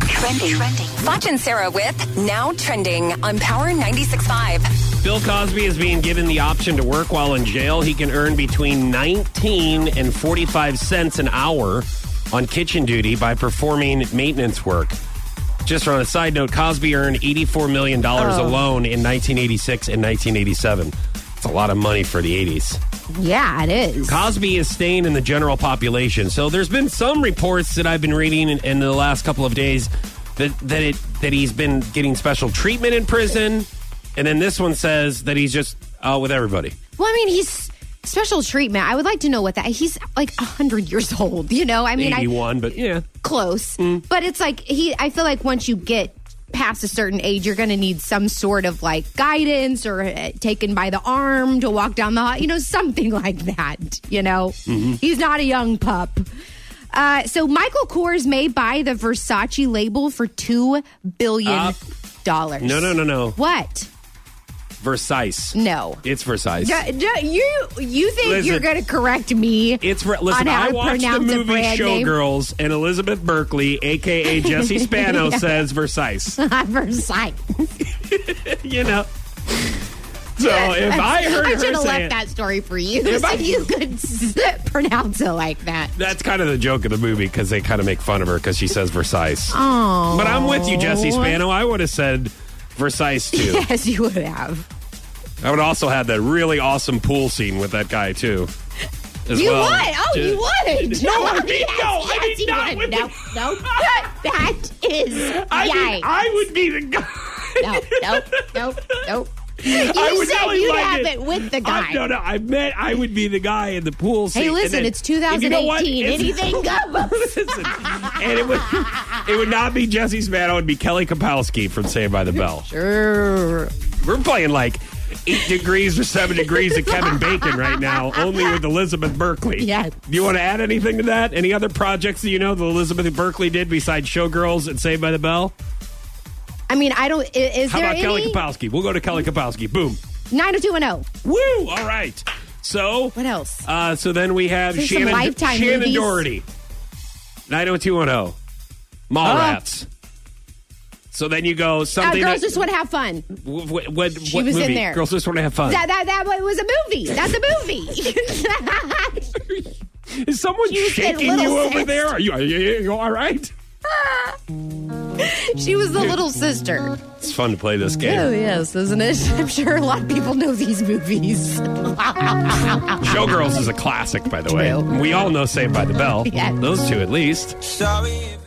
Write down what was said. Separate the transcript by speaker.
Speaker 1: Trending. Trending. Foch and Sarah with Now Trending on Power 96.5.
Speaker 2: Bill Cosby is being given the option to work while in jail. He can earn between 19 and 45 cents an hour on kitchen duty by performing maintenance work. Just on a side note, Cosby earned $84 million alone in 1986 and 1987. It's a lot of money for the 80s.
Speaker 3: Yeah, it is.
Speaker 2: Cosby is staying in the general population. So there's been some reports that I've been reading in, in the last couple of days that that it that he's been getting special treatment in prison, and then this one says that he's just out with everybody.
Speaker 3: Well, I mean, he's special treatment. I would like to know what that. He's like hundred years old. You know, I mean, I,
Speaker 2: 81, but yeah, Mm.
Speaker 3: close, but it's like he. I feel like once you get past a certain age, you're going to need some sort of like guidance or uh, taken by the arm to walk down the, hall, you know, something like that. You know,
Speaker 2: Mm-hmm.
Speaker 3: he's not a young pup. Uh, so Michael Kors may buy the Versace label for two
Speaker 2: Uh,
Speaker 3: billion dollars.
Speaker 2: no, no, no, no.
Speaker 3: What?
Speaker 2: Versailles.
Speaker 3: No.
Speaker 2: It's Versailles.
Speaker 3: D- d- you you think
Speaker 2: Listen.
Speaker 3: you're going to correct me?
Speaker 2: It's re- listen.
Speaker 3: on how
Speaker 2: I
Speaker 3: to
Speaker 2: watched the
Speaker 3: pronounce a
Speaker 2: movie
Speaker 3: brand name?
Speaker 2: Showgirls, and Elizabeth Berkley, aka Jesse Spano, says Versailles.
Speaker 3: Versailles.
Speaker 2: you know. So if I heard
Speaker 3: I
Speaker 2: her
Speaker 3: should have
Speaker 2: say
Speaker 3: left
Speaker 2: it,
Speaker 3: that story for you
Speaker 2: If
Speaker 3: so
Speaker 2: I-
Speaker 3: you could s- pronounce it like that.
Speaker 2: that's kind of the joke of the movie because they kind of make fun of her because she says Versailles.
Speaker 3: Oh,
Speaker 2: But I'm with you, Jesse Spano. I would have said Versailles too.
Speaker 3: Yes, you would have.
Speaker 2: I would also have that really awesome pool scene with that guy too. as
Speaker 3: You
Speaker 2: well.
Speaker 3: would. Oh,
Speaker 2: Ju-
Speaker 3: you would.
Speaker 2: No, I mean,
Speaker 3: yes,
Speaker 2: no, I
Speaker 3: yes,
Speaker 2: mean,
Speaker 3: you
Speaker 2: not
Speaker 3: would.
Speaker 2: with
Speaker 3: No,
Speaker 2: the-
Speaker 3: no. that is.
Speaker 2: I mean,
Speaker 3: yikes.
Speaker 2: I would be the guy.
Speaker 3: no, no, no, no. You
Speaker 2: I would
Speaker 3: said
Speaker 2: really
Speaker 3: you
Speaker 2: like
Speaker 3: have
Speaker 2: it.
Speaker 3: it. with the guy.
Speaker 2: I, no, no, I meant I would be the guy in the pool. Scene.
Speaker 3: Hey,
Speaker 2: And
Speaker 3: listen,
Speaker 2: then-
Speaker 3: it's
Speaker 2: and you know what?
Speaker 3: 2018.
Speaker 2: It's-
Speaker 3: Anything goes.
Speaker 2: Listen, and it would it would not be Jesse Spano. It would be Kelly Kapowski from Saved by the Bell.
Speaker 3: Sure.
Speaker 2: We're playing like eight degrees or seven degrees of Kevin Bacon right now, only with Elizabeth Berkley.
Speaker 3: Yes.
Speaker 2: Do you want to add anything to that? Any other projects that you know that Elizabeth Berkley did besides Showgirls and Saved by the Bell?
Speaker 3: I mean, I don't. i- Is
Speaker 2: How
Speaker 3: there
Speaker 2: about Kelly
Speaker 3: any?
Speaker 2: Kapowski? We'll go to Kelly Kapowski. Boom.
Speaker 3: 90210.
Speaker 2: Woo! All right. So
Speaker 3: What else?
Speaker 2: Uh, so then we have
Speaker 3: There's some
Speaker 2: Shannon,
Speaker 3: Lifetime
Speaker 2: Shannon
Speaker 3: movies.
Speaker 2: Doherty, 90210, Mallrats. So then you go
Speaker 3: Uh-huh. Uh,
Speaker 2: something.
Speaker 3: girls
Speaker 2: that-
Speaker 3: just want to have fun.
Speaker 2: w- w- what,
Speaker 3: She
Speaker 2: what
Speaker 3: was in
Speaker 2: movie?
Speaker 3: there.
Speaker 2: Girls just want to have fun.
Speaker 3: That, that, that was a movie. That's a movie.
Speaker 2: Is someone
Speaker 3: was in
Speaker 2: shaking
Speaker 3: Little
Speaker 2: you over
Speaker 3: Sis.
Speaker 2: there? Are you, are you, are you all right?
Speaker 3: she was the little sister.
Speaker 2: It's fun to play this
Speaker 3: Oh,
Speaker 2: game.
Speaker 3: yes, isn't it? I'm sure a lot of people know these movies.
Speaker 2: Showgirls is a classic, by the way.
Speaker 3: True.
Speaker 2: We all know Saved by the Bell.
Speaker 3: Yes.
Speaker 2: Those two, at least.
Speaker 4: Sorry if